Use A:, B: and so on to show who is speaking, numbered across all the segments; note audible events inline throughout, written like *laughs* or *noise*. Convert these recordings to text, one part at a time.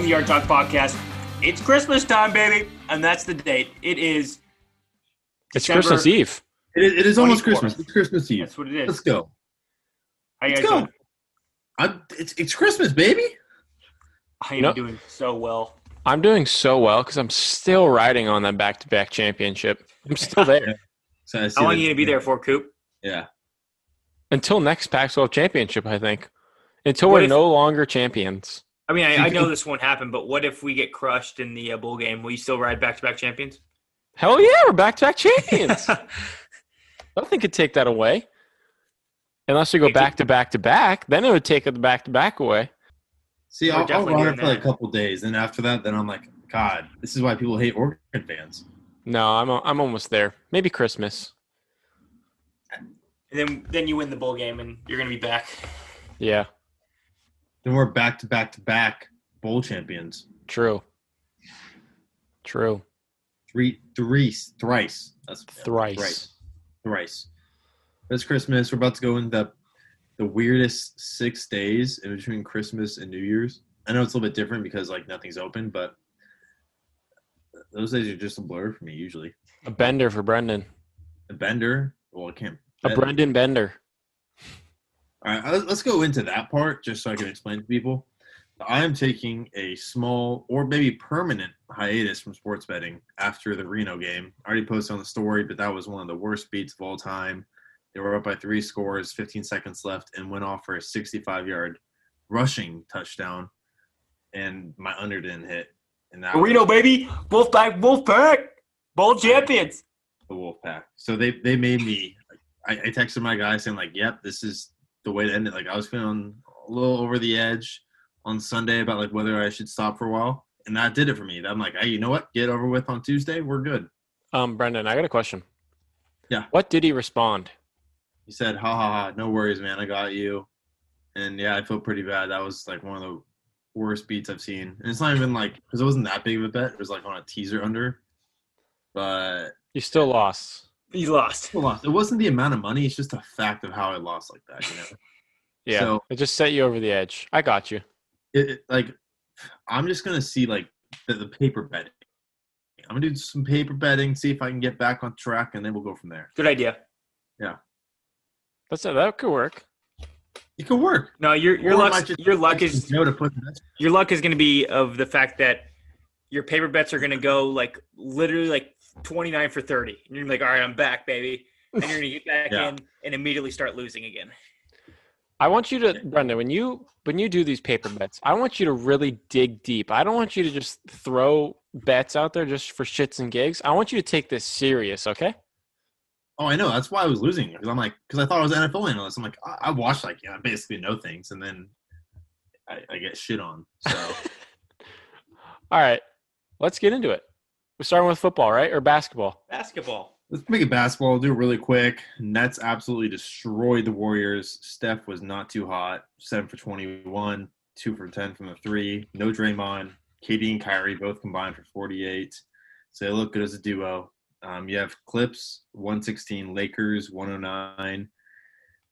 A: the Yard Talk podcast. It's Christmas time, baby, and that's the date. It is.
B: It's
A: December-
B: Christmas Eve.
C: It is, it is almost
A: 24.
C: Christmas. It's Christmas Eve.
A: That's what it
C: Let's
A: is.
C: go.
A: How you
C: Let's
A: guys
C: go.
A: doing?
C: I'm, it's, it's Christmas, baby.
A: I am
B: No.
A: doing so well.
B: I'm doing so well because I'm still riding on that back-to-back championship. I'm
A: *laughs*
B: still there
C: So I see
A: How long
C: that-
A: you going to be there for, Coop?
C: Yeah.
B: until next Pac-12 championship, I think. Until
A: What
B: we're
A: if-
B: no longer champions.
A: I mean, I, I *laughs* know this won't happen, but what if we get crushed in the uh, bowl game? Will you still ride back-to-back *laughs* champions?
B: Hell yeah, we're
A: *laughs*
B: back-to-back champions. Nothing could take that away. Unless we go
A: Take it-
B: back to back to back, then it would take the back to back away.
C: See,
A: We're
C: I'll, I'll
A: definitely
C: run
A: doing
C: it for like a
A: that.
C: couple days. And after that, then I'm like, God, this is why people hate Oregon fans.
B: No, I'm I'm almost there. Maybe Christmas.
A: and then, then you win the bowl game, and you're going to be back.
B: Yeah,
C: Then we're back to back to back bowl champions.
B: true. True.
C: Three, thrice, thrice. That's
B: Thrice.
C: Right. Thrice. It's Christmas. We're about to go in the the weirdest six days in between Christmas and New Year's. I know it's a little bit different because like nothing's open, but those days are just a blur for me usually.
B: A bender for Brendan.
C: A bender. Well, I can't.
B: A Brendan bender.
C: All right, let's- let's go into that part just so I can explain to people. I am taking a small or maybe permanent hiatus from sports betting after the Reno game. I already posted on the story, but that was one of the worst beats of all time. They were up by three scores, 15 seconds left, and went off for a 65 yard rushing touchdown. And my under didn't hit. And that was-
A: Reno, baby, Wolfpack, Wolfpack, bowl champions.
C: the Wolfpack. So they they made me. I, I texted my guy saying like, "Yep, this is the way to end it." Like I was feeling a little over the edge on Sunday about like whether I should stop for a while, and that did it for me. I'm like, hey, you know what? Get over with on Tuesday. We're good.
B: Um, Brendan, I got a question.
C: Yeah.
B: What did he respond?
C: He said, "Ha ha ha, no worries, man. I got you." And yeah, I feel pretty bad. That was like one of the worst beats I've seen, and it's not even like because it wasn't that big of a bet. It was like on a teaser under, but
B: You still lost.
A: He lost.
C: still lost. It wasn't the amount of money. It's just a fact of how I lost like that. You know.
B: Yeah.
C: So-
B: it just set you over the edge. I got you.
C: it, it- like I'm just gonna see like the, the paper betting. I'm gonna do some paper betting, see if I can get back on track, and then we'll go from there.
A: Good idea.
B: That's that could work.
C: It could work.
A: No, your your
C: Or I
A: luck
C: might just-
A: your luck
C: *laughs* Just
A: is
C: know to put that-
A: your luck is going to be of the fact that your paper bets are going to go like literally like 29 for 30 and you're like all right i'm back baby and you're going to get back
C: Yeah.
A: in and immediately start losing again
B: I want you to, Brenda, when you when you do these paper bets, I want you to really dig deep. I don't want you to just throw bets out there just for shits and gigs. I want you to take this serious, okay?
C: Oh, I know. That's why I was losing because I'm like because I thought I was an NFL analyst. I'm like I, I watch like yeah, I basically know things, and then I, I get shit on. So *laughs*
B: All right, let's get into it. We're starting with football, right, or basketball?
A: basketball
C: let's make it basketball. We'll do it really quick. Nets absolutely destroyed the Warriors. Steph was not too hot. Seven for twenty-one, two for ten from the three. No Draymond. KD and Kyrie both combined for forty-eight. So they look good as a duo. Um, you have Clips one sixteen, Lakers one hundred nine.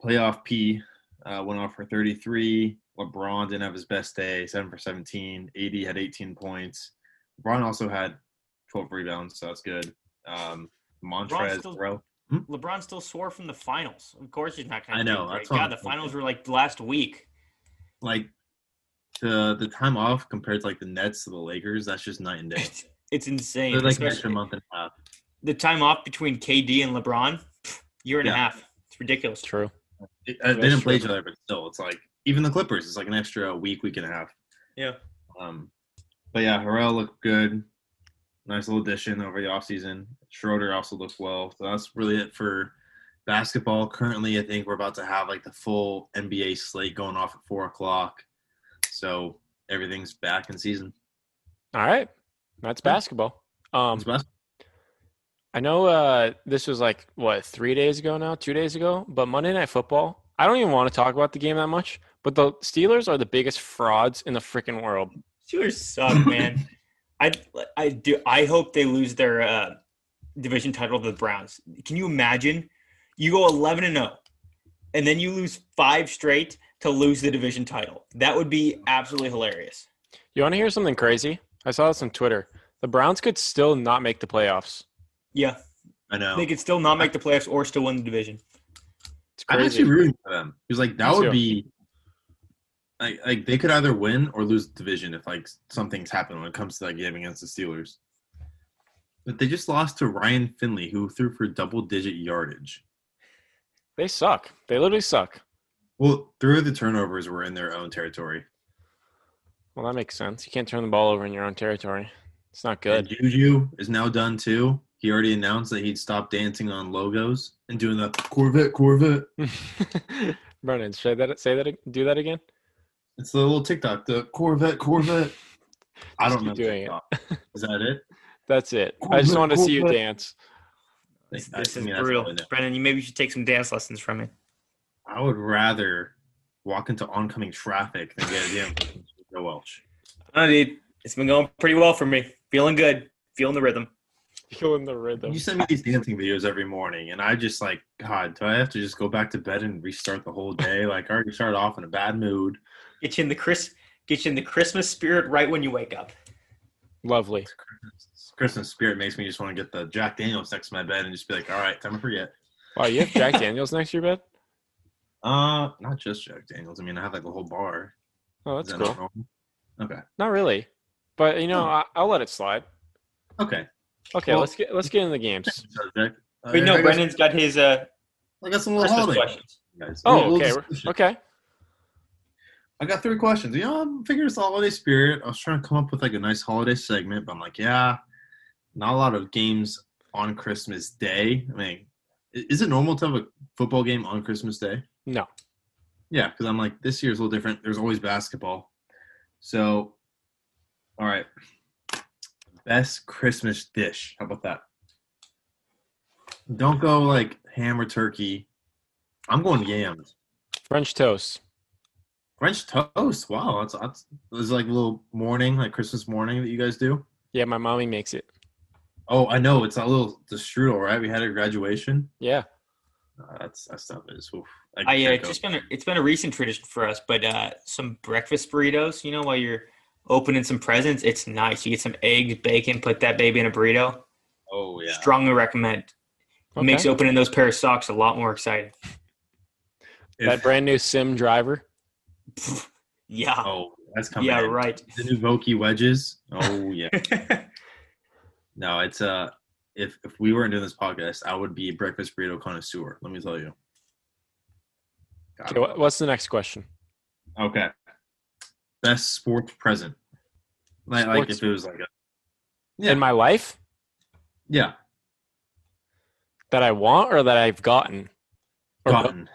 C: Playoff P uh, went off for thirty-three. LeBron didn't have his best day, seven for seventeen. AD had eighteen points. LeBron also had twelve rebounds, so that's good. Um, Montrez,
A: still-
C: bro.
A: lebron still swore from the finals of course he's not
C: I
A: going to
C: know, that's what
A: god
C: I'm
A: the
C: thinking.
A: finals were like last week *laughs*
C: like the the time off compared to like the Nets to the Lakers, that's just night and day.
A: it's, it's insane
C: They're like
A: especially
C: an extra month and a half.
A: the time off between kd and lebron pff, year and a
C: Yeah.
A: half it's ridiculous
B: True.
C: It- uh, they
B: That's
C: didn't play each
B: true.
C: other, but still, it's like even the Clippers, it's like an extra week, week and a half.
A: Yeah.
C: Um, but yeah, Harrell looked good. Nice little addition over the offseason. Schroeder also looked well. So that's really it for basketball. Currently, I think we're about to have like the full NBA slate going off at four o'clock. So everything's back in season.
B: All right, that's basketball. Um,
C: It's best-
B: I know uh, this was like what three days ago now, two days ago, but Monday Night Football. I don't even want to talk about the game that much, but the Steelers are the biggest frauds in the freaking world.
A: Steelers suck,
C: *laughs*
A: man. I I do. I hope they lose their uh, division title to the Browns. Can you imagine? You go eleven and zero, and then you lose five straight to lose the division title. That would be absolutely hilarious.
B: You want to hear something crazy? I saw this on Twitter. The Browns could still not make the playoffs.
A: Yeah,
C: I know.
A: they could still not make the playoffs or still win the division.
B: It's
C: I'm actually
B: crazy.
C: rooting for them. He was like, that
B: Me
C: would
B: too.
C: be like, like they could either win or lose the division if like something's happened when it comes to that game against the Steelers. But they just lost to Ryan Finley, who threw for double digit yardage.
B: They suck. They literally suck.
C: Well, three of the turnovers were in their own territory.
B: Well, that makes sense. You can't turn the ball over in your own territory. It's not
C: And
B: good.
C: Juju is now done too. He already announced that he'd stop dancing on logos and doing the Corvette, Corvette.
B: *laughs* Brennan, say that. Say that. ag- Do that again.
C: It's the little TikTok, the Corvette, Corvette. I
B: Just
C: don't
B: keep
C: know.
B: doing it.
C: TikTok. Is
B: *laughs*
C: that it?
B: That's it. I just
C: Corvette,
B: want to see you
C: Corvette.
B: dance.
A: This,
C: I- I
A: this is
C: mean, that's all I
A: brutal,
C: know.
A: Brendan. You maybe should take some dance lessons from me.
C: I would rather walk into oncoming traffic than get a damn from Joe Welch.
A: Oh, dude, it's been going pretty well for me. Feeling good, feeling the rhythm.
B: Feeling the rhythm.
C: You send me these dancing videos every morning, and I just like, God, do I have to just go back to bed and restart the
B: *laughs*
C: whole day? Like, I already started off in a bad mood.
A: Get you in the Chris, get you in the Christmas spirit right when you wake up.
C: *laughs*
B: Lovely.
C: Christmas spirit makes me just want to get the Jack Daniels next to my bed and just be like, all right, time to forget.
B: Wow, you have Jack Daniels next to your bed.
C: Uh, not just Jack Daniels. I mean, I have like a whole bar.
B: Oh,
C: Is
B: that's
C: that
B: cool.
C: not normal? Okay.
B: Not really, but you know,
C: Hmm.
B: I, I'll let it slide.
C: Okay.
B: Okay,
C: Well-
B: let's get let's get into the
C: *laughs*
B: games.
C: Subject. Uh,
A: Wait,
C: I
A: no,
C: got-
A: Brendan's got his uh,
C: I got some little
A: Christmas
C: holiday
A: questions.
C: guys.
B: Oh,
C: We'll- we'll
B: okay,
C: discuss it.
B: okay.
C: I got three questions. You know, I'm figuring it's the holiday spirit. I was trying to come up with like a nice holiday segment, but I'm like, yeah, not a lot of games on Christmas Day. I mean, i- is it normal to have a football game on Christmas Day?
B: No.
C: Yeah, because I'm like, this year's a little different. There's always basketball. So, all right. Best Christmas dish. How about that? Don't go like ham or turkey. I'm going yams.
B: French toast.
C: French toast. Wow, that's that's is like a little morning, like Christmas morning that you guys do.
B: Yeah, my mommy makes it.
C: Oh, I know. It's a little the strudel, right? We had a graduation.
B: Yeah.
C: Uh, that's that's not it.
A: I uh, it's just been a, it's been a recent tradition for us, but uh, some breakfast burritos. You know, while you're opening some presents, it's nice. You get some eggs, bacon, put that baby in a burrito.
C: oh yeah.
A: Strongly recommend.
B: Okay.
A: Makes opening those pair of socks a lot more exciting.
B: that brand new Sim driver.
A: Yeah,
C: oh, that's coming.
A: yeah,
C: in.
A: right. *laughs*
C: The new Vokey wedges. Oh yeah. no, it's uh, if if we weren't doing this podcast, I would be a breakfast burrito connoisseur. Let me tell you. God,
B: Okay, what, what's the next question?
C: Okay. Best sports present. Like, like
B: Sports-
C: if it was like a
B: In my life
C: yeah
B: that I want or that I've gotten. Or both?
C: gotten.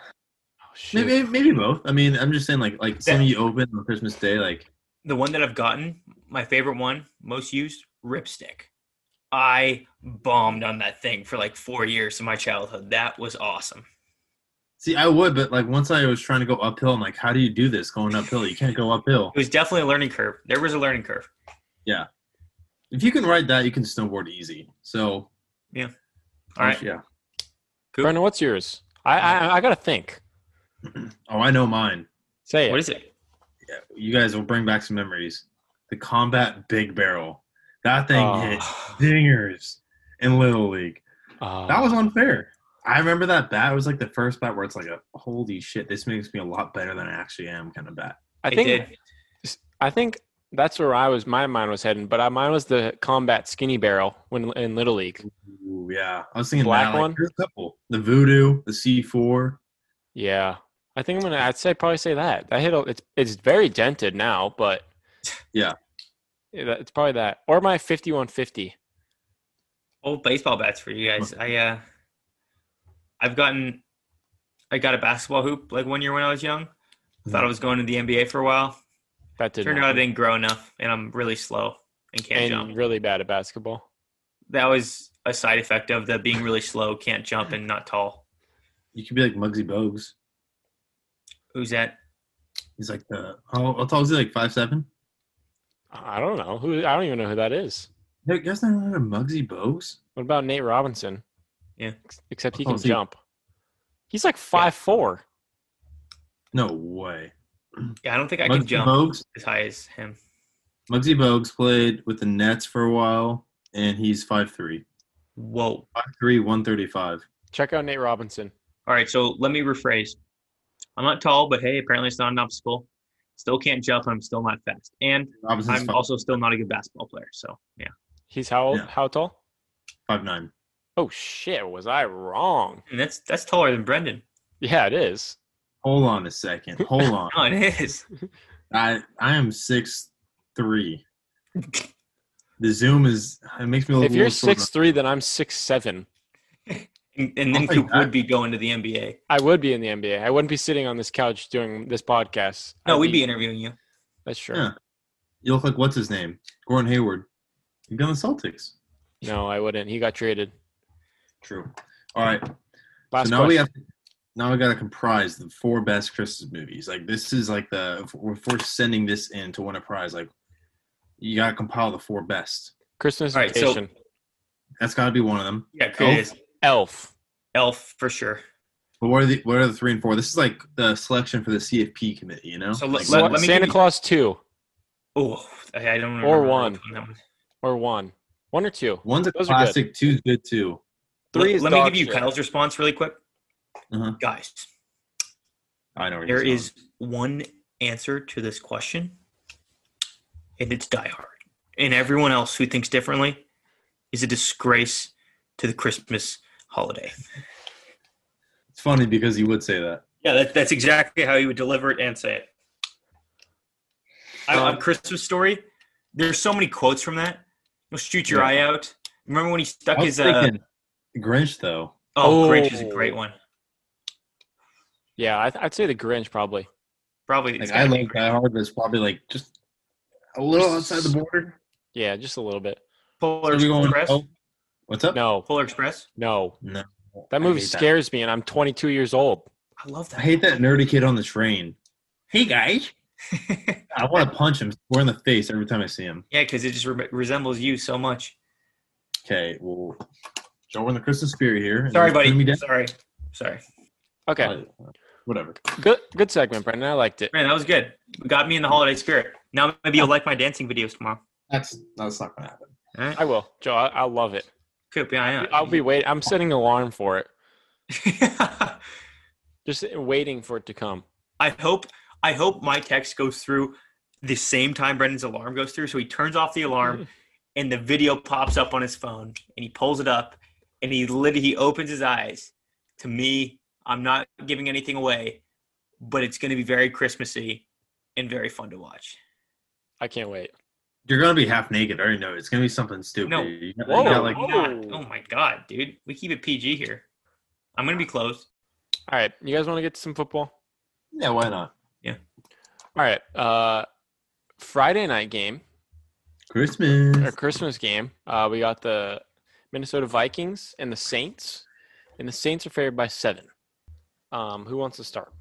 B: Oh, shoot.
C: Maybe maybe both. I mean, I'm just saying like like some of you open on Christmas Day like
A: the one that I've gotten, my favorite one, most used, Ripstick. I bombed on that thing for like four years in my childhood. That was awesome.
C: see I would, but like once I was trying to go uphill, I'm like, how do you do this going uphill? You can't go uphill.
A: It was definitely a learning curve. There was a learning curve.
C: If you can ride that, you can snowboard easy. So
A: All right.
C: yeah.
B: Brendan, what's yours? I I, I gotta think.
C: Oh, I know mine.
B: Say it.
A: What is it?
C: Yeah, you guys will bring back some memories. The combat big barrel. That thing
B: Oh.
C: hit dingers in Little League.
B: Uh,
C: That was unfair. I remember that bat. It was like the first bat where it's like a holy shit, this makes me a lot better than I actually am kind of bat.
B: I
A: It
B: think
A: did.
B: I think that's where I was. My mind was heading, but I, mine was the combat skinny barrel when in little league.
C: Ooh, yeah. I was thinking
B: Black
C: that, like,
B: one?
C: There's a couple. The voodoo, the C four.
B: Yeah, I think I'm gonna. I'd say probably say that. That hit. a- It's it's very dented now, but
C: *sighs* Yeah.
B: Yeah, that- it's probably that or my 5150.
A: Old baseball bats for you
B: *laughs*
A: guys. I uh I've gotten I got a basketball hoop like one year when I was young. Thought I was going to the NBA for a while.
B: That Mm-hmm. did
A: Turned
B: not
A: out I didn't grow enough and I'm really slow and can't
B: and
A: jump.
B: really bad at basketball.
A: That was a side effect of the being really slow, can't jump and not tall.
C: You could be like Muggsy Bogues.
A: Who's that?
C: He's like the how, how tall is he? Like five seven?
B: I don't know who. I don't even know who that is.
C: You guys never heard of Muggsy Bogues?
B: What about Nate Robinson?
A: Yeah.
B: Ex- except he
C: Oh,
B: can
C: he-
B: jump. He's like five four.
C: No way.
A: Yeah, I don't think I
C: Muggsy
A: can jump
C: Bogues?
A: as high as him.
C: Muggsy Bogues played with the Nets for a while, and he's 5'3".
A: Whoa.
C: 5'3", 135.
B: Check out Nate Robinson.
A: All right, so let me rephrase. I'm not tall, but hey, apparently it's not an obstacle. Still can't jump, and I'm still not fast, and
C: Robinson's
A: I'm
C: 5'9".
A: also still not a good basketball player. So yeah,
B: He's how old?
C: Yeah.
B: How tall?
C: Five, nine.
B: Oh shit! Was I wrong?
A: and that's that's taller than Brendan.
B: Yeah, it is.
C: Hold on a second.
A: *laughs*
C: Hold on.
A: No, Oh, it is.
C: I I am six three. The zoom is it makes me look.
B: if
C: a
B: you're
C: little shorter.
B: six three, then I'm six seven.
A: And, and then
C: Oh my
A: Coop
C: God.
A: would be going to the NBA.
B: I would be in the NBA. I wouldn't be sitting on this couch doing this podcast.
A: No,
B: I'd
A: we'd be interviewing you.
B: That's true.
C: Yeah. you look like what's his name, Gordon Hayward. You've done the Celtics.
B: No, I wouldn't. He got traded.
C: True. All right.
B: Last
C: so now we
B: question.
C: have now we got to comprise the four best Christmas movies. Like this is like the if we're if we're sending this in to win a prize. Like you got to compile the four best.
B: Christmas
A: All right, so-
B: vacation.
C: That's got to be one of them.
A: Yeah,
C: Elf?
A: Elf.
B: Elf.
A: Elf for sure.
C: But what are the what are the three and four? This is like the selection for the CFP committee. You know.
A: So let-
C: Like,
A: let me give
B: Santa
A: you-
B: Claus two
A: Oh, I I don't remember.
B: Or
A: the name
B: one.
A: of that
B: or one, one or two.
C: one's a
B: Those are good.
C: classic. Two's good too.
B: Three
A: Let,
B: is
A: let me
B: dog
A: give you
B: shit.
A: Kyle's response really quick,
C: Uh-huh.
A: guys.
C: I know. where
A: There
C: he's going.
A: is one answer to this question, and it's Die Hard. And everyone else who thinks differently is a disgrace to the Christmas holiday.
C: It's funny because you would say that.
A: Yeah, that, that's exactly how you would deliver it and say it. I,
B: Um,
A: on Christmas Story, there's so many quotes from that. You'll shoot your
C: Yeah.
A: eye out. Remember when he stuck
C: I
A: his
C: was
A: uh,
C: thinking Grinch though.
A: oh, Grinch is a
B: Oh.
A: great one.
B: Yeah, I, I'd say the Grinch probably.
A: Probably it's
C: Like I
A: gotta be
C: love
A: Grinch.
C: Die Hard, but it's probably like just a little outside the border.
B: Yeah, just a little bit.
A: Polar
C: Are we going?
A: Express.
C: oh, what's up?
B: No,
A: Polar Express.
B: no.
C: No.
B: That
C: I
B: movie
C: hate
B: scares me, and I'm 22 years old.
A: I love that.
C: I hate that nerdy kid on the train. Hey guys, I want to punch him square in the face every time I see him.
A: yeah, because it just re- resembles you so much.
C: Okay, well, so we're in the Christmas spirit here. and
A: Sorry,
C: it's putting me
A: buddy.
C: down.
A: Sorry. Sorry.
B: Okay,
C: Uh, Whatever.
B: good, good segment, Brendan. I liked it.
A: Man, that was good. You got me in the holiday spirit. Now maybe you'll like my dancing videos tomorrow.
C: That's that's not gonna happen.
A: All right.
B: I will, Joe. I, I love it.
A: Coop, yeah, I know.
B: I'll be wait. I'm setting an alarm for it,
A: *laughs*
B: just waiting for it to come.
A: I hope I hope my text goes through the same time Brendan's alarm goes through. So he turns off the alarm and the video pops up on his phone and he pulls it up and he literally he opens his eyes to me. I'm not giving anything away, but it's gonna be very Christmassy and very fun to watch.
B: I can't wait.
C: You're gonna be half naked. I already know. it. It's gonna be something stupid.
A: No.
C: You got- you
B: Whoa.
C: got, like,
A: I'm
B: Whoa.
A: not. Oh my god, dude. We keep it PG here. I'm gonna be closed.
B: All right, you guys want to get to some football?
C: yeah, why not?
B: All right, uh, Friday night game or
C: Christmas.
B: Christmas game. Uh, we got the Minnesota Vikings and the Saints, and the Saints are favored by seven. Um, who wants to start?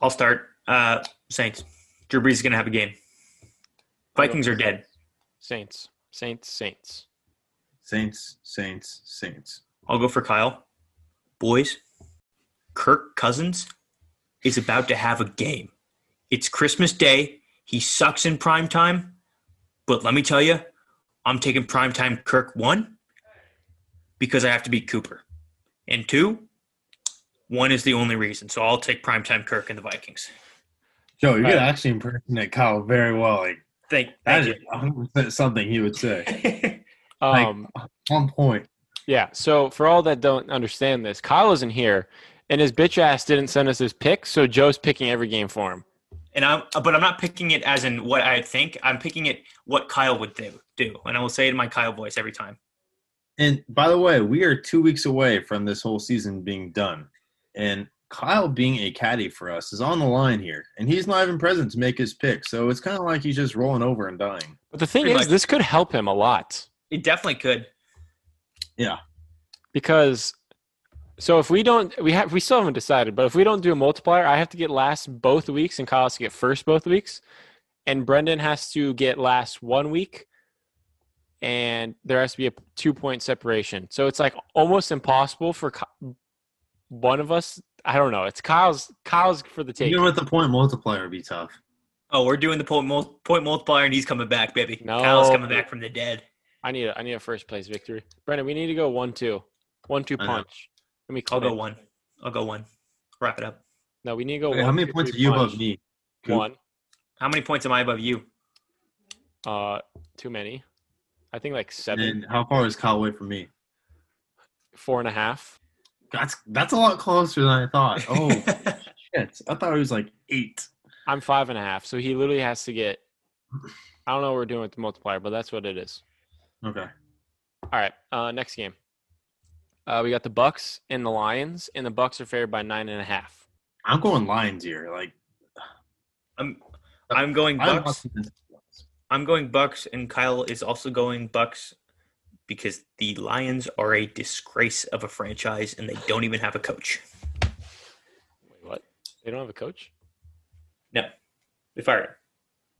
A: I'll start. Uh Saints. Drew Brees is gonna have a game. Vikings are dead.
B: Saints, Saints, Saints.
C: Saints, Saints, Saints.
A: I'll go for Kyle. Boys, Kirk Cousins is about to have a game. It's Christmas Day. He sucks in prime time, but let me tell you, I'm taking prime time Kirk one because I have to beat Cooper, and two, one is the only reason. So I'll take prime time Kirk and the Vikings.
C: Joe, you're
B: Alright.
C: actually impersonate Kyle very well. Like
A: Thank,
C: that
A: thank
C: is 100 percent something he would say.
A: you. *laughs*
C: Like-
B: Um,
C: *laughs* On point.
B: Yeah. So for all that don't understand this, Kyle isn't here, and his bitch ass didn't send us his pick, so Joe's picking every game for him.
A: and I'm, but I'm not picking it as in what I think. I'm picking it what Kyle would do, do, and I will say it in my Kyle voice every time.
C: And by the way, we are two weeks away from this whole season being done. And Kyle being a caddy for us is on the line here. And he's not even present to make his pick. So it's kind of like he's just rolling over and dying.
B: But the thing
A: Pretty
B: is,
A: much.
B: this could help him a lot
A: It definitely could.
B: because. So if we don't, we have we still haven't decided. But if we don't do a multiplier, I have to get last both weeks, and Kyle has to get first both weeks, and Brendan has to get last one week, and there has to be a two point separation. So it's like almost impossible for Ky- one of us. I don't know. It's Kyle's Kyle's for the take.
C: Even with the point multiplier would be tough.
A: Oh, we're doing the point, mul- point multiplier, and he's coming back, baby.
B: No.
A: Kyle's coming back from the dead.
B: I need a, I need a first place victory. Brendan, we need to go one two. One two
C: I know.
B: punch. Let me
A: I'll
B: call
A: go one. I'll go one. Wrap it up.
B: No, we need to go
C: Okay,
B: one.
C: how many
B: two,
C: points are
B: three,
C: you
B: punch.
C: above me? Coop?
B: One.
A: How many points am I above you?
B: Uh too many. I think like
C: And
B: seven,
C: how far is Kyle away from me?
B: four and a half.
C: That's that's a lot closer than I thought. Oh shit! I thought it was like eight.
B: I'm five and a half. So he literally has to get I don't know what we're doing with the multiplier, but that's what it is.
C: Okay.
B: All right. Uh next game. Uh we got the Bucks and the Lions, and the Bucks are favored by nine and a half.
C: I'm going Lions here. Like
A: I'm *laughs* I'm going
C: I'm
A: Bucks.
C: watching this.
A: I'm going Bucks, and Kyle is also going Bucks because the Lions are a disgrace of a franchise, and they don't even have a coach.
B: Wait, what? They don't have a coach?
A: No, they fired him.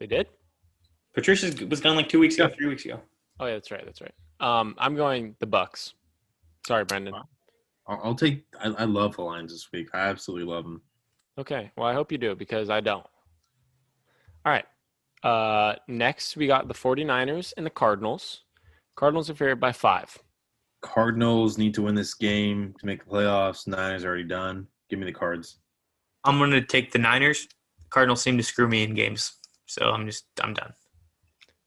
B: They did?
A: Patricia was gone like two weeks ago, three weeks ago.
B: Oh yeah, that's right, that's right. Um I'm going the Bucks. Sorry, Brendan.
C: I'll, I'll take. I, I love the Lions this week. I absolutely love them.
B: Okay. Well, I hope you do because I don't. All right. Uh, next, we got the 49ers and the Cardinals. Cardinals are favored by five.
C: Cardinals need to win this game to make the playoffs. Niners already done. Give me the Cards.
A: I'm going to take the Niners. Cardinals seem to screw me in games, so I'm just I'm done.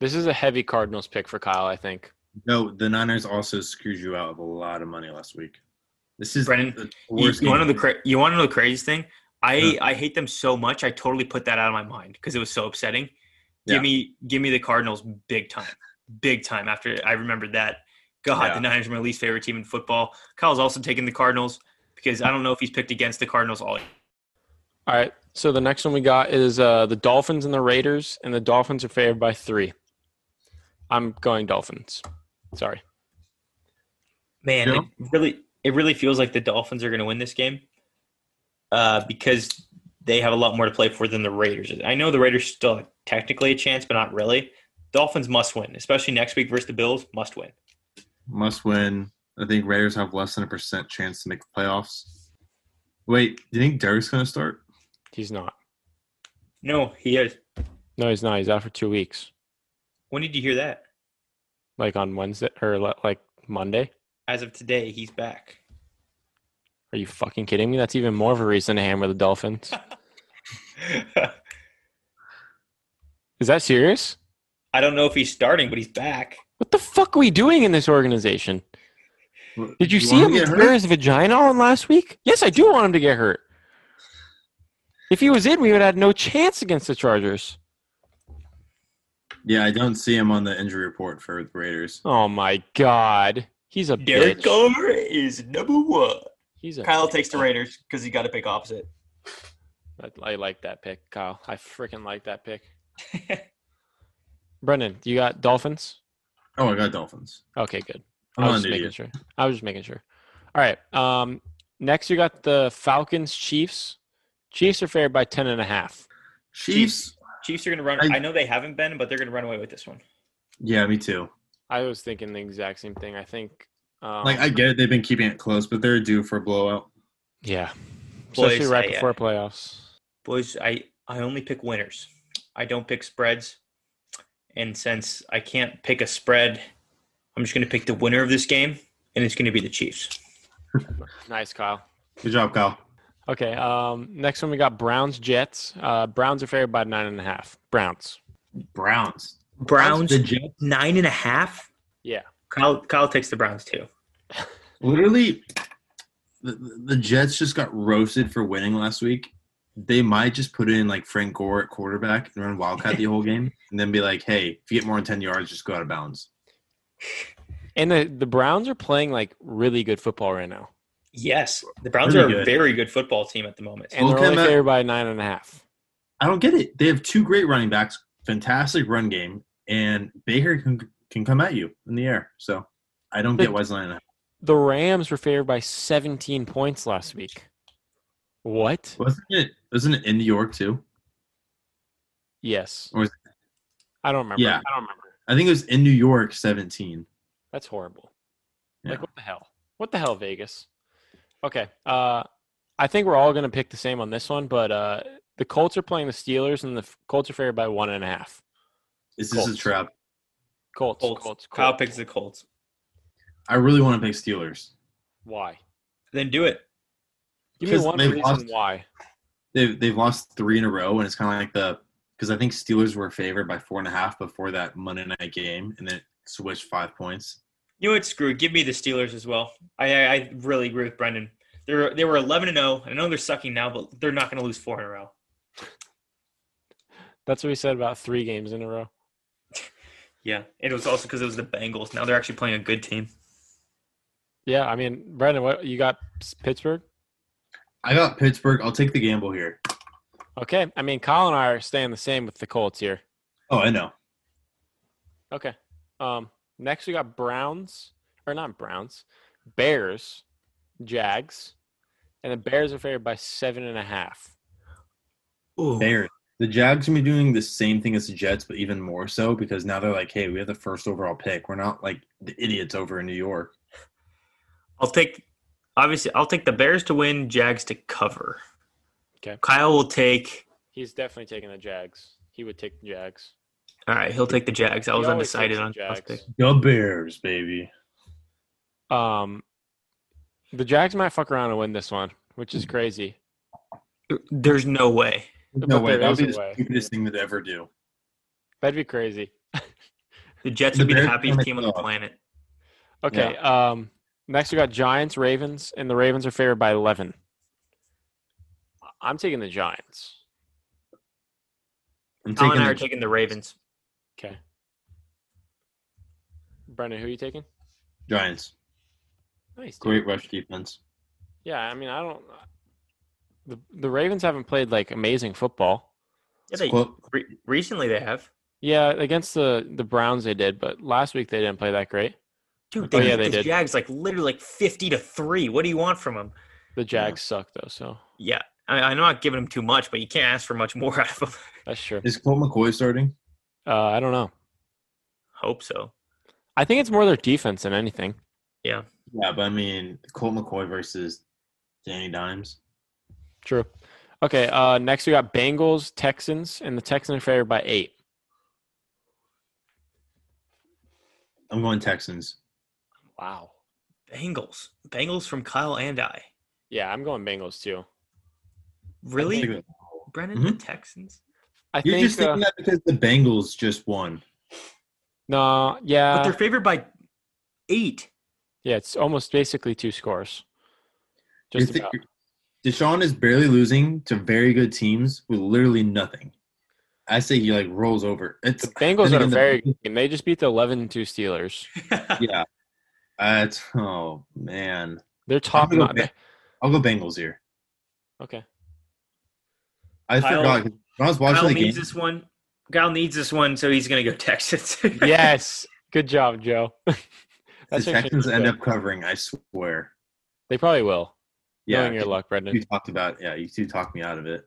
B: This is a heavy Cardinals pick for Kyle, I think.
C: No, the Niners also screwed you out of a lot of money last week. This is
A: Brennan,
C: the
A: You,
C: worst
A: you want to
C: game.
A: know the cra- you want to know the craziest thing? I I hate them so much. I totally put that out of my mind because it was so upsetting. Give
C: Yeah.
A: me give me the Cardinals big time, big time. After I remembered that, God,
C: Yeah.
A: the Niners are my least favorite team in football. Kyle's also taking the Cardinals because I don't know if he's picked against the Cardinals all.
B: All right. So the next one we got is uh, the Dolphins and the Raiders, and the Dolphins are favored by three. I'm going Dolphins. Sorry.
A: Man,
C: Yeah.
A: it really it really feels like the Dolphins are going to win this game uh, because they have a lot more to play for than the Raiders. I know the Raiders still have technically a chance, but not really. Dolphins must win, especially next week versus the Bills. Must win.
C: must win. I think Raiders have less than a percent chance to make the playoffs. Wait, do you think Derek's going to start?
B: He's not.
A: No, he is.
B: No, he's not. He's out for two weeks,
A: When did you hear that?
B: like on Wednesday or li- like Monday.
A: As of today, he's back. *laughs*
B: Are you fucking kidding me? That's even more of a reason to hammer the Dolphins. Is that serious?
A: I don't know if he's starting, but he's back.
B: What the fuck are we doing in this organization? Did you,
C: You
B: see
C: want
B: him
C: to get
B: tear
C: hurt?
B: his vagina on last week? Yes, I do want him to get hurt. If he was in, we would have had no chance against the Chargers.
C: Yeah, I don't see him on the injury report for the Raiders.
B: Oh my god, he's a
A: Derek
B: bitch.
A: Gomer is number one.
B: He's a.
A: Kyle takes the Raiders because he got to pick opposite.
B: I, I like that pick, Kyle. I freaking like that
C: *laughs*
B: pick. Brendan, you got Dolphins?
C: Oh, I got Dolphins.
B: Okay, good.
C: I'm
B: I was
C: not
B: just
C: an
B: making
C: idiot.
B: sure. I was just making sure. All right. Um, next we got the Falcons, Chiefs. Chiefs are favored by ten and a half.
C: Chiefs.
A: Chiefs are going to run.
C: I-
A: I know they haven't been, but they're going to run away with this one.
C: Yeah, me too.
B: I was thinking the exact same thing. I think. Um,
C: Like I get it, they've been keeping it close, but they're due for a blowout.
B: Yeah.
A: Boys,
B: Especially right
A: I, uh,
B: before playoffs.
A: Boys, I, I only pick winners. I don't pick spreads. And since I can't pick a spread, I'm just going to pick the winner of this game, and it's going to be the Chiefs.
B: Nice, Kyle.
C: Good job, Kyle.
B: Okay. Um, next one we got Browns Jets. Uh, Browns are favored by nine and a half. Browns.
C: Browns.
A: Browns,
C: The Jets.
A: nine and a half.
B: Yeah.
A: Kyle, Kyle takes the Browns too.
C: Literally, the, the Jets just got roasted for winning last week. They might just put in like Frank Gore at quarterback and run Wildcat the whole game, and then be like, "Hey, if you get more than ten yards, just go out of bounds."
B: And the, the Browns are playing like really good football right now.
A: Yes, the Browns
C: Really
A: are a
C: good.
A: very good football team at the moment.
B: And they're
C: Okay,
B: only
C: Matt.
B: favored by nine and a half.
C: I don't get it. They have two great running backs, fantastic run game, and Baker can can come at you in the air. So I don't get why it's not.
B: The Rams were favored by 17 points last week. What?
C: Wasn't it? Wasn't it in New York too?
B: Yes.
C: Or is-
B: I don't remember.
C: Yeah.
B: I don't remember.
C: I think it was in New York, seventeen.
B: That's horrible.
C: Yeah.
B: Like what the hell? What the hell, Vegas? Okay. Uh I think we're all gonna pick the same on this one, but uh The Colts are playing the Steelers, and the F- Colts are favored by one and a half.
C: Is this a
B: Colts.
C: trap?
B: Colts.
A: Colts.
B: Colts. Colts.
A: Kyle picks the Colts.
C: I really want to pick Steelers.
B: Why?
A: Then do it.
B: Give me
C: Because
B: one
C: they've
B: reason
C: lost-
B: why.
C: They've they've lost three in a row, and it's kind of like the because I think Steelers were favored by four and a half before that Monday night game, and then it switched five points.
A: You know what? Screw. it. Give me the Steelers as well. I I, I really agree with Brendan. They're they were eleven and zero. I know they're sucking now, but they're not going to lose four in a row.
B: That's what we said about three games in a row.
A: Yeah, it was also because it was the Bengals. Now they're actually playing a good team.
B: Yeah, I mean, Brendan, what you got? S- Pittsburgh.
C: I got Pittsburgh. I'll take the gamble here.
B: Okay. I mean, Kyle and I are staying the same with the Colts here.
C: Oh, I know.
B: Okay. Um, next we got Browns or not Browns, Bears, Jags, and the Bears are favored by seven and a half.
A: Ooh.
C: Bears. The Jags gonna be doing the same thing as the Jets, but even more so because now they're like, hey, we have the first overall pick. We're not like the idiots over in New York.
A: I'll take obviously I'll take the Bears to win, Jags to cover.
B: Okay.
A: Kyle will take
B: He's definitely taking the Jags. He would take the Jags.
A: all right, he'll take the Jags. I
B: He
A: was
B: always
A: undecided on
B: takes the
A: Kyle's pick.
B: Jags.
C: The Bears, baby.
B: Um, the Jags might fuck around and win this one, which is crazy.
A: There's no way.
C: No
B: But
C: way.
B: there
C: That
B: is
C: would be
B: a
C: the
B: way.
C: stupidest thing they'd ever do.
B: That'd be crazy.
A: The Jets
C: The
A: would be the
C: Bears
A: happiest
C: are
A: team on the
C: gonna-
A: planet.
B: Okay. Um, next we got Giants, Ravens, and the Ravens are favored by eleven. I'm taking the Giants.
C: I'm
A: Kyle and
C: taking
A: I are
C: the,
A: taking the Ravens.
B: Okay. Brendan, who are you taking?
C: Giants.
B: Nice. dude.
C: Great rush defense.
B: Yeah, I mean, I don't. The the Ravens haven't played like amazing football.
A: Yeah, they,
C: Well,
A: re- recently they have.
B: Yeah, against the the Browns they did, but last week they didn't play that great.
A: Dude,
B: Oh,
A: they
B: yeah,
A: beat
B: they
A: the
B: did.
A: Jags like literally like 50 to 3. What do you want from them?
B: The Jags suck though, so
A: Yeah. I, I'm not giving them too much, but you can't ask for much more *laughs* out of them.
B: that's sure.
C: is Colt McCoy starting?
B: Uh, I don't know.
A: Hope so.
B: I think it's more their defense than anything.
C: Yeah, but I mean, Colt McCoy versus Danny Dimes.
B: True. Okay. Uh, next we got Bengals, Texans, and the Texans are favored by eight.
C: I'm going Texans.
B: Wow.
A: Bengals. Bengals from Kyle and I.
B: Yeah, I'm going Bengals too.
A: Really?
C: You're
A: Brennan, the Texans?
B: I think.
C: just
B: uh,
C: thinking that because the Bengals just won.
B: no.
C: Uh,
A: But
B: Yeah.
A: they're favored by 8.
B: Yeah, it's almost basically two scores.
C: You're
B: Just
C: thi-
B: about.
C: Deshaun is barely losing to very good teams with literally nothing. I say he like rolls over. It's
B: The Bengals
C: then
B: are
C: again, the
B: very
C: Bengals-
B: good. team. They just beat the 11 2 Steelers.
A: *laughs*
C: yeah. Uh, it's oh man.
B: They're top
C: gonna go
B: notch.
C: Bengals. I'll go Bengals here.
B: *laughs* Okay.
C: I
A: Kyle-
C: forgot. 'cause When I was watching
A: Kyle
C: the
A: needs
C: game,
A: this one. Kyle needs this one, so he's gonna go *laughs* Texans.
B: Yes. Good job, Joe. *laughs*
C: the
B: That's actually
C: Texans
B: good.
C: end up covering. I swear.
B: They probably will.
C: Yeah,
B: Knowing your luck,
C: you
B: Brendan.
C: talked about. Yeah, you two talked me out of it.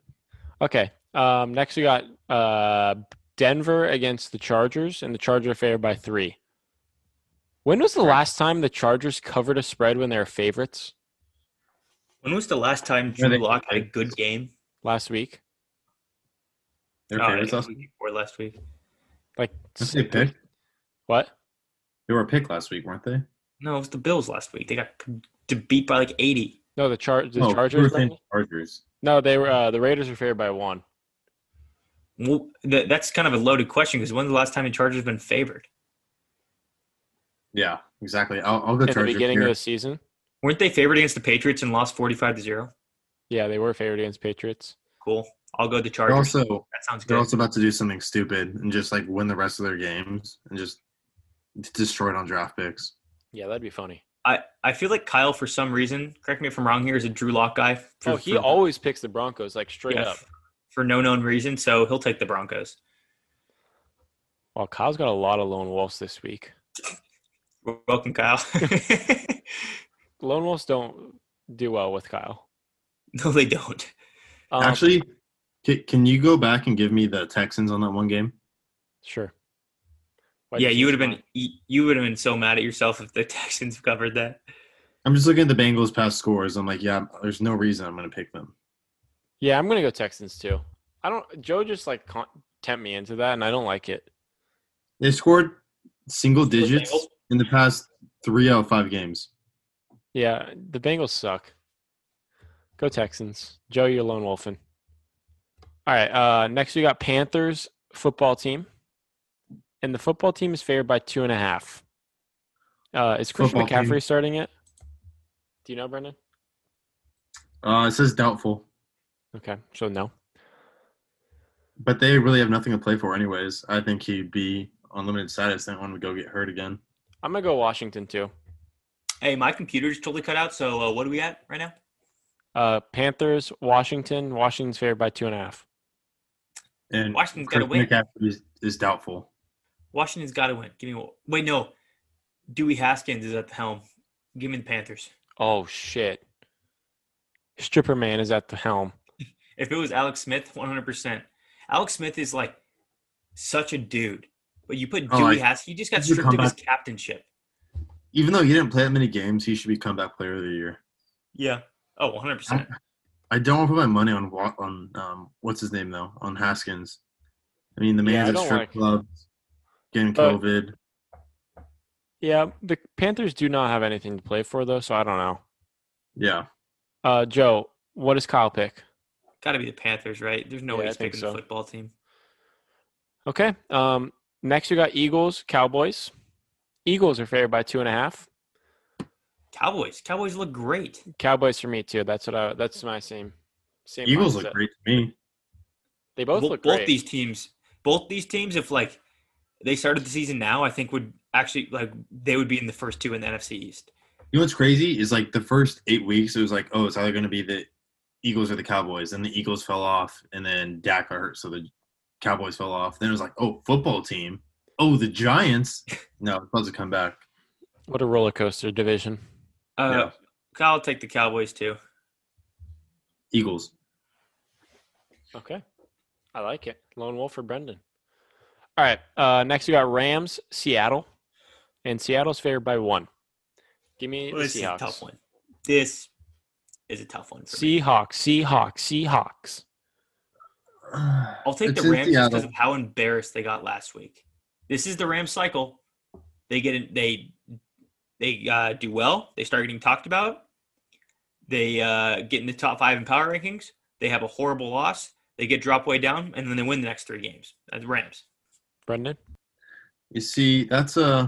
B: Okay. Um, next, we got uh, Denver against the Chargers, and the Chargers are favored by three. When was the last time the Chargers covered a spread when they were favorites?
A: *laughs* When was the last time
C: Yeah,
A: Drew
C: they-
A: Lock had a good game?
B: Last week?
C: Their
A: No,
C: favorites
A: the
C: last
A: week
C: week.
A: before last week.
B: Like,
C: Didn't They pick.
B: what?
C: They were a pick last week, weren't they?
A: No, it was the Bills last week. They got to beat by like eighty.
B: No, the, Char- the
C: No, Oh, we
B: Chargers.
C: were saying
B: lately?
C: Chargers.
B: No, they were. Uh, the Raiders were favored by one.
A: Well, th- that's kind of a loaded question because when's the last time the Chargers been favored?
C: Yeah, exactly. I'll, I'll go
B: at the
C: Chargers
B: beginning
C: here.
B: of the season.
A: Weren't they favored against the Patriots and lost forty-five to zero?
B: Yeah, they were favored against Patriots.
A: Cool. I'll go the
C: They're
A: Chargers.
C: also
A: that sounds
C: they're
A: good.
C: also about to do something stupid and just like win the rest of their games and just destroy it on draft picks.
B: Yeah, that'd be funny.
A: I I feel like Kyle, for some reason, correct me if I'm wrong here, is a Drew Lock guy. For,
B: oh, he
A: for-
B: always picks the Broncos like straight
A: yeah,
B: up.
A: for no known reason, so he'll take the Broncos.
B: Well, Kyle's got a lot of lone wolves this week.
A: Welcome,
B: *laughs*
A: Kyle. *laughs*
B: Lone wolves don't do well with Kyle.
A: no, they don't.
B: Um,
C: Actually, can, can you go back and give me the Texans on that one game?
B: sure. Why'd
A: yeah, you
B: choose
A: would have been
B: Kyle?
A: you, you would have been so mad at yourself if the *laughs* Texans covered that.
C: I'm just looking at the Bengals past scores. I'm like, yeah, there's no reason I'm going to pick them.
B: Yeah, I'm gonna go Texans too. I don't. Joe just like con- tempt me into that, and I don't like it.
C: They scored single digits in the past three out of five games.
B: Yeah, the Bengals suck. Go Texans. Joe, you're lone wolfing. All right. Uh, next, we got Panthers football team, and the football team is favored by two and a half. Uh, is Christian
C: Football
B: McCaffrey
C: team.
B: starting it? Do you know, Brendan?
C: Uh, it says doubtful,
B: Okay, so no.
C: but they really have nothing to play for, anyways. I think he'd be on limited status. That one would go get hurt again.
B: I'm gonna go Washington too.
A: Hey, my computer just totally cut out. So uh, what are we at right now?
B: Uh, Panthers, Washington. Washington's favored by two and a half.
C: And
A: Washington's gotta
C: Christian
A: win.
C: McCaffrey is, is doubtful.
A: Washington's got to win. Give me wait no, Dewey Haskins is at the helm. Give me the Panthers.
B: Oh shit! Stripper man is at the helm.
A: If it was Alex Smith, 100%. Alex Smith is like such a dude. But you put
C: Oh,
A: Dewey
C: I-
A: Haskins, he just got
C: He's a
A: stripped of his
C: comeback.
A: captainship.
C: Even though he didn't play that many games, he should be comeback player of the year.
A: Yeah. Oh, 100%.
C: I don't want to put my money on Wa- on um what's his name though on Haskins. I mean, the
B: Yeah, I
C: man's
B: don't
C: at strip
B: like-
C: clubs, getting
B: But-
C: COVID.
B: Yeah, the Panthers do not have anything to play for though, so I don't know.
C: Yeah,
B: Uh, Joe, what does Kyle pick?
A: Got to be the Panthers, right? There's no
B: Yeah,
A: way
B: I
A: he's
B: think
A: picking
B: so.
A: the football team.
B: Okay. Um, next we got Eagles, Cowboys. Eagles are favored by two and a half.
A: Cowboys. Cowboys look great.
B: Cowboys for me too. That's what I. That's my same. Same.
C: Eagles
B: mindset.
C: look great to me.
B: They both
A: Bo-
B: look great.
A: these teams, both these teams, if like they started the season now, I think would actually like they would be in the first two in the NFC East.
C: You know what's crazy is like the first eight weeks, it was like, oh, it's either going to be the Eagles or the Cowboys. Then the Eagles fell off, and then Dak got hurt, so the Cowboys fell off. Then it was like, oh, football team. Oh, the Giants. No, it's supposed to come back.
B: what a roller coaster division.
A: Uh, Kyle, take the Cowboys too.
C: Eagles. *sighs*
B: Okay. I like it. Lone wolf for Brendan. All right. Uh, next we got Rams, Seattle, and Seattle's favored by one. Give me the
A: this is a
B: Seahawks.
A: tough one. This is a tough one. For me.
B: Seahawks. Seahawks. Seahawks.
A: I'll take
C: It's
A: the
C: in
A: Rams just
C: Seattle.
A: because of how embarrassed they got last week. This is the Rams cycle. They get in, they they uh, do well. They start getting talked about. They uh, get in the top five in power rankings. They have a horrible loss. They get dropped way down, and then they win the next three games. Uh, the Rams.
B: Brendan.
C: You see, that's uh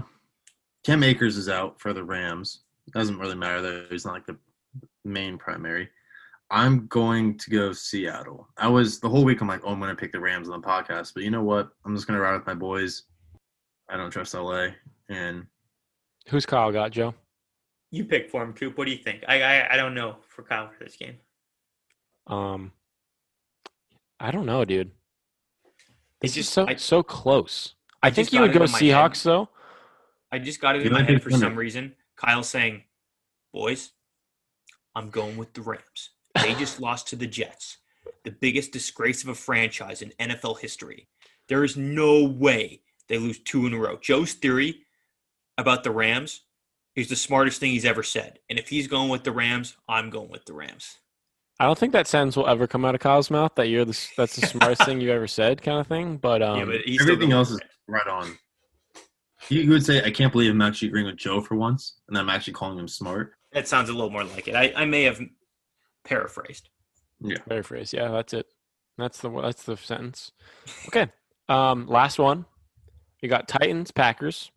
C: Cam Akers is out for the Rams. Doesn't really matter though. He's not like the main primary. I'm going to go Seattle. I was the whole week. I'm like, oh, I'm going to pick the Rams on the podcast, but you know what? I'm just going to ride with my boys. I don't trust LA, and
B: Who's Kyle got, Joe?
A: You pick for him, Coop. What do you think? I I, I don't know for Kyle for this game.
B: Um, I don't know, dude.
A: It's
B: This is
A: just
B: so
A: I,
B: so close. I, think
A: just
B: you
A: got
B: would
A: it
B: go
A: in my head.
B: Seahawks though.
A: I just got it
C: You
A: in my
C: might be
A: head for some
C: winning.
A: reason. Kyle saying, "Boys, I'm going with the Rams. They just lost to the Jets, the biggest disgrace of a franchise in NFL history. There is no way they lose two in a row." Joe's theory about the Rams is the smartest thing he's ever said, and if he's going with the Rams, I'm going with the Rams.
B: I don't think that sentence will ever come out of Kyle's mouth. That you're the s- that's the smartest thing you ever said, kind of thing. But
A: *laughs*
B: um,
A: yeah, but he's still
C: everything
A: going
C: else
A: with
C: is
A: the Rams.
C: right on. You would say, I can't believe I'm actually agreeing with Joe for once, and I'm actually calling him smart.
A: that sounds a little more like it. I, I may have paraphrased.
B: paraphrase. Yeah, that's it. That's the that's the sentence. Okay. Um, last one. You got Titans, Packers.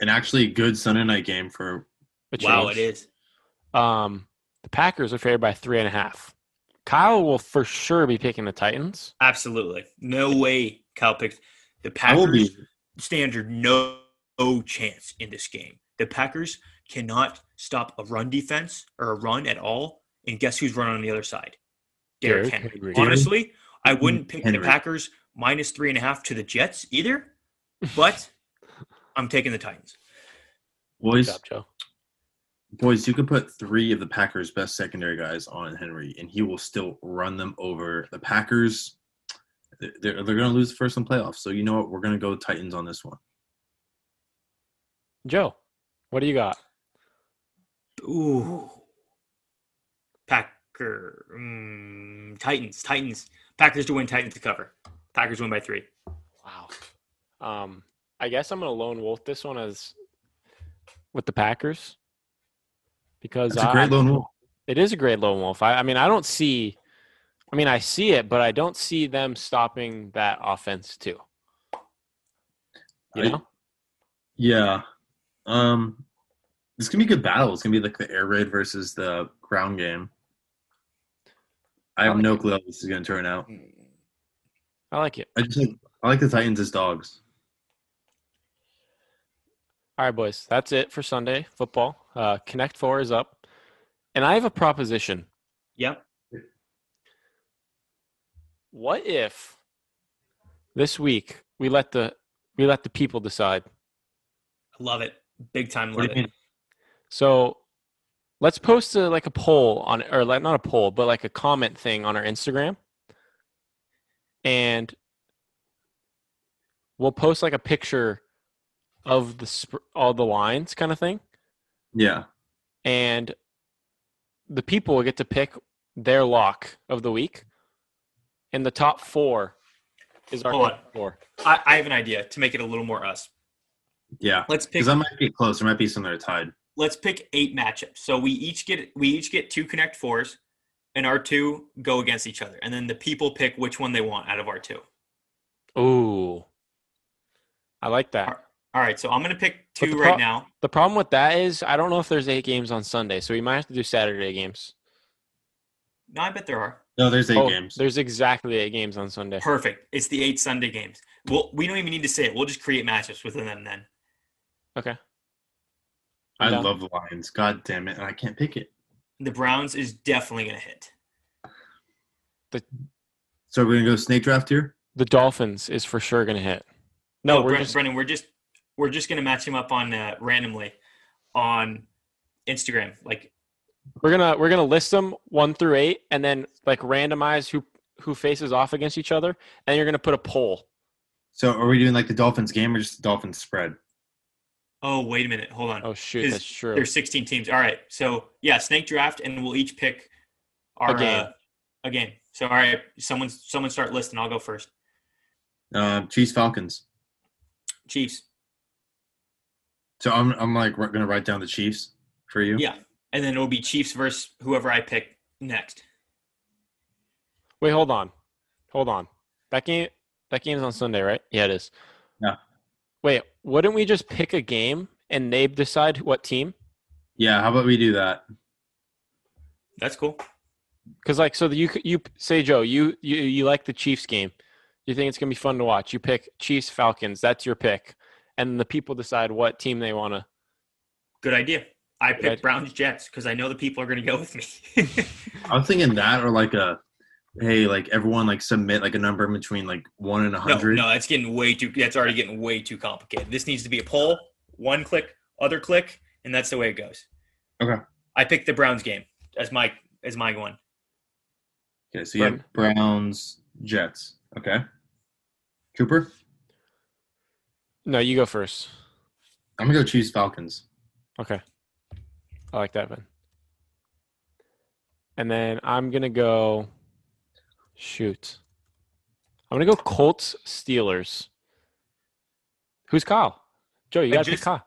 C: And actually, a good Sunday night game for
B: a
A: Wow,
B: change.
A: it is.
B: Um, the Packers are favored by three and a half. Kyle will for sure be picking the Titans.
A: Absolutely. No way Kyle picked the
C: I will be
A: Packers standard no, no chance in this game. The Packers cannot stop a run defense or a run at all. And guess who's running on the other side? Derrick
B: Derrick
A: Henry.
B: Henry.
A: Honestly, I wouldn't pick the
C: Mm-hmm. Henry.
A: Packers minus three and a half to the Jets either, but I'm taking the Titans.
B: Good
C: boys.
B: job, Joe.
C: Boys, you could put three of the Packers' best secondary guys on Henry, and he will still run them over. The Packers, they're, they're going to lose the first in playoffs. So, you know what? We're going to go Titans on this one.
B: Joe, what do you got?
A: Ooh. Packer. Mm, Titans. Titans. Packers to win, Titans to cover. Packers win by three.
B: Wow. Um, I guess I'm gonna lone wolf this one as with the Packers because
C: It's a
B: I-
C: great lone wolf.
B: it is a great lone wolf. I, I mean, I don't see. I mean, I see it, but I don't see them stopping that offense too. You
C: I-
B: know,
C: Yeah. Um, it's gonna be a good battle. It's gonna be like the air raid versus the ground game. I have
B: I like
C: no
B: it.
C: clue how this is gonna turn out.
B: I like it.
C: I just like, I like the Titans as dogs.
B: All right, boys, that's it for Sunday football. Uh, Connect Four is up, and I have a proposition.
A: Yep.
B: What if this week we let the we let the people decide?
A: Love it. Big time
C: What
A: love
C: do you
A: it.
C: mean?
B: So let's post a, like a poll on, or like not a poll, but like a comment thing on our Instagram, and we'll post like a picture of the sp- all the lines kind of thing,
C: Yeah.
B: and the people will get to pick their lock of the week, and the top four is our
A: Hold
B: top
A: on.
B: four.
A: I, I have an idea to make it a little more us.
C: Yeah.
A: Let's pick
C: Because I might be close. There might be some that are tied.
A: let's pick eight matchups. So we each get we each get two connect fours, and our two go against each other, and then the people pick which one they want out of our two.
B: Ooh, I like that.
A: All right, so I'm gonna pick
B: But
A: two
B: the
A: right
B: pro-
A: now.
B: The problem with that is I don't know if there's eight games on Sunday, so we might have to do Saturday games.
A: No, I bet there are.
C: No, there's eight
B: Oh,
C: games.
B: There's exactly eight games on Sunday.
A: Perfect. It's the eight Sunday games. Well, we don't even need to say it. We'll just create matchups within them then.
B: Okay.
C: I
B: Yeah.
C: love the Lions. God damn it. And I can't pick it.
A: The Browns is definitely gonna hit.
C: So we're gonna go snake draft here?
B: The Dolphins is for sure gonna hit.
A: No,
B: we're
A: Bren-
B: just-
A: Brendan, we're just we're just gonna match him up on uh, randomly on Instagram. Like
B: We're gonna we're gonna list them one through eight and then like randomize who who faces off against each other, and you're gonna put a poll.
C: So are we doing like the Dolphins game or just the Dolphins spread?
A: Oh, wait a minute. Hold on.
B: Oh shoot,
A: Is-
B: that's true.
A: There's 16 teams. All right. So, yeah, snake draft and we'll each pick our
B: A game.
A: uh, a game. So, all right, someone someone start listing. I'll go first.
C: Um, Chiefs Falcons.
A: Chiefs.
C: So I'm I'm like ri- gonna write down the Chiefs for you.
A: Yeah. And then it'll be Chiefs versus whoever I pick next.
B: Wait, hold on. Hold on. That game that game's on Sunday, right? Yeah, it is.
C: Yeah.
B: Wait, wouldn't we just pick a game and they decide what team?
C: Yeah. How about we do that?
A: That's cool.
B: Because like so, the, you you say Joe, you you you like the Chiefs game. You think it's gonna be fun to watch. You pick Chiefs Falcons. That's your pick, and the people decide what team they wanna.
A: Good idea. I picked
B: idea.
A: Browns Jets because I know the people are going to go with me. *laughs*
C: I was thinking that or like a hey, like everyone like submit like a number in between like one and a
A: no,
C: hundred.
A: no, that's getting way too that's already getting way too complicated. This needs to be a poll, one click, other click, and that's the way it goes.
C: Okay.
A: I picked the Browns game as my as my one.
C: Okay, so you have Browns, Jets. Okay. Cooper?
B: No, you go first.
C: I'm gonna go Chiefs Falcons.
B: Okay, I like that one. And then I'm gonna go. Shoot, I'm gonna go Colts Steelers. Who's Kyle? Joe, you
A: I
B: gotta
A: just-
B: pick Kyle.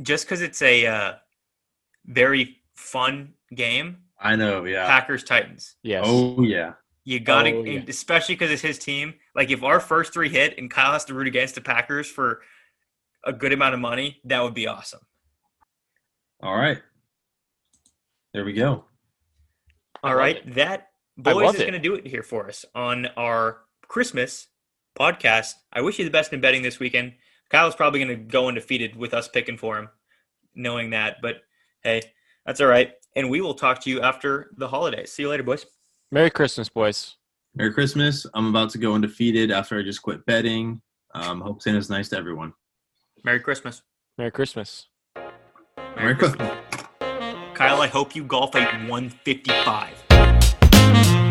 A: just because it's a uh, very fun game,
C: I know, yeah.
A: Packers Titans.
B: Yes.
C: Oh yeah.
A: You got to,
B: Oh, yeah.
A: especially because it's his team. Like if our first three hit and Kyle has to root against the Packers for a good amount of money, that would be awesome.
C: All right. There we go.
B: I
A: All
B: love
A: right,
B: it.
A: that
B: I
A: boys
B: love
A: is
B: it.
A: going to do it here for us on our Christmas podcast. I wish you the best in betting this weekend. Kyle's probably going to go undefeated with us picking for him, knowing that. But hey, that's all right. And we will talk to you after the holidays. See you later, boys.
B: Merry Christmas, boys.
C: Merry Christmas. I'm about to go undefeated after I just quit betting. Um, hope Santa's nice to everyone.
A: Merry Christmas.
B: Merry Christmas.
C: Merry Christmas.
A: Kyle, I hope you golf at 155.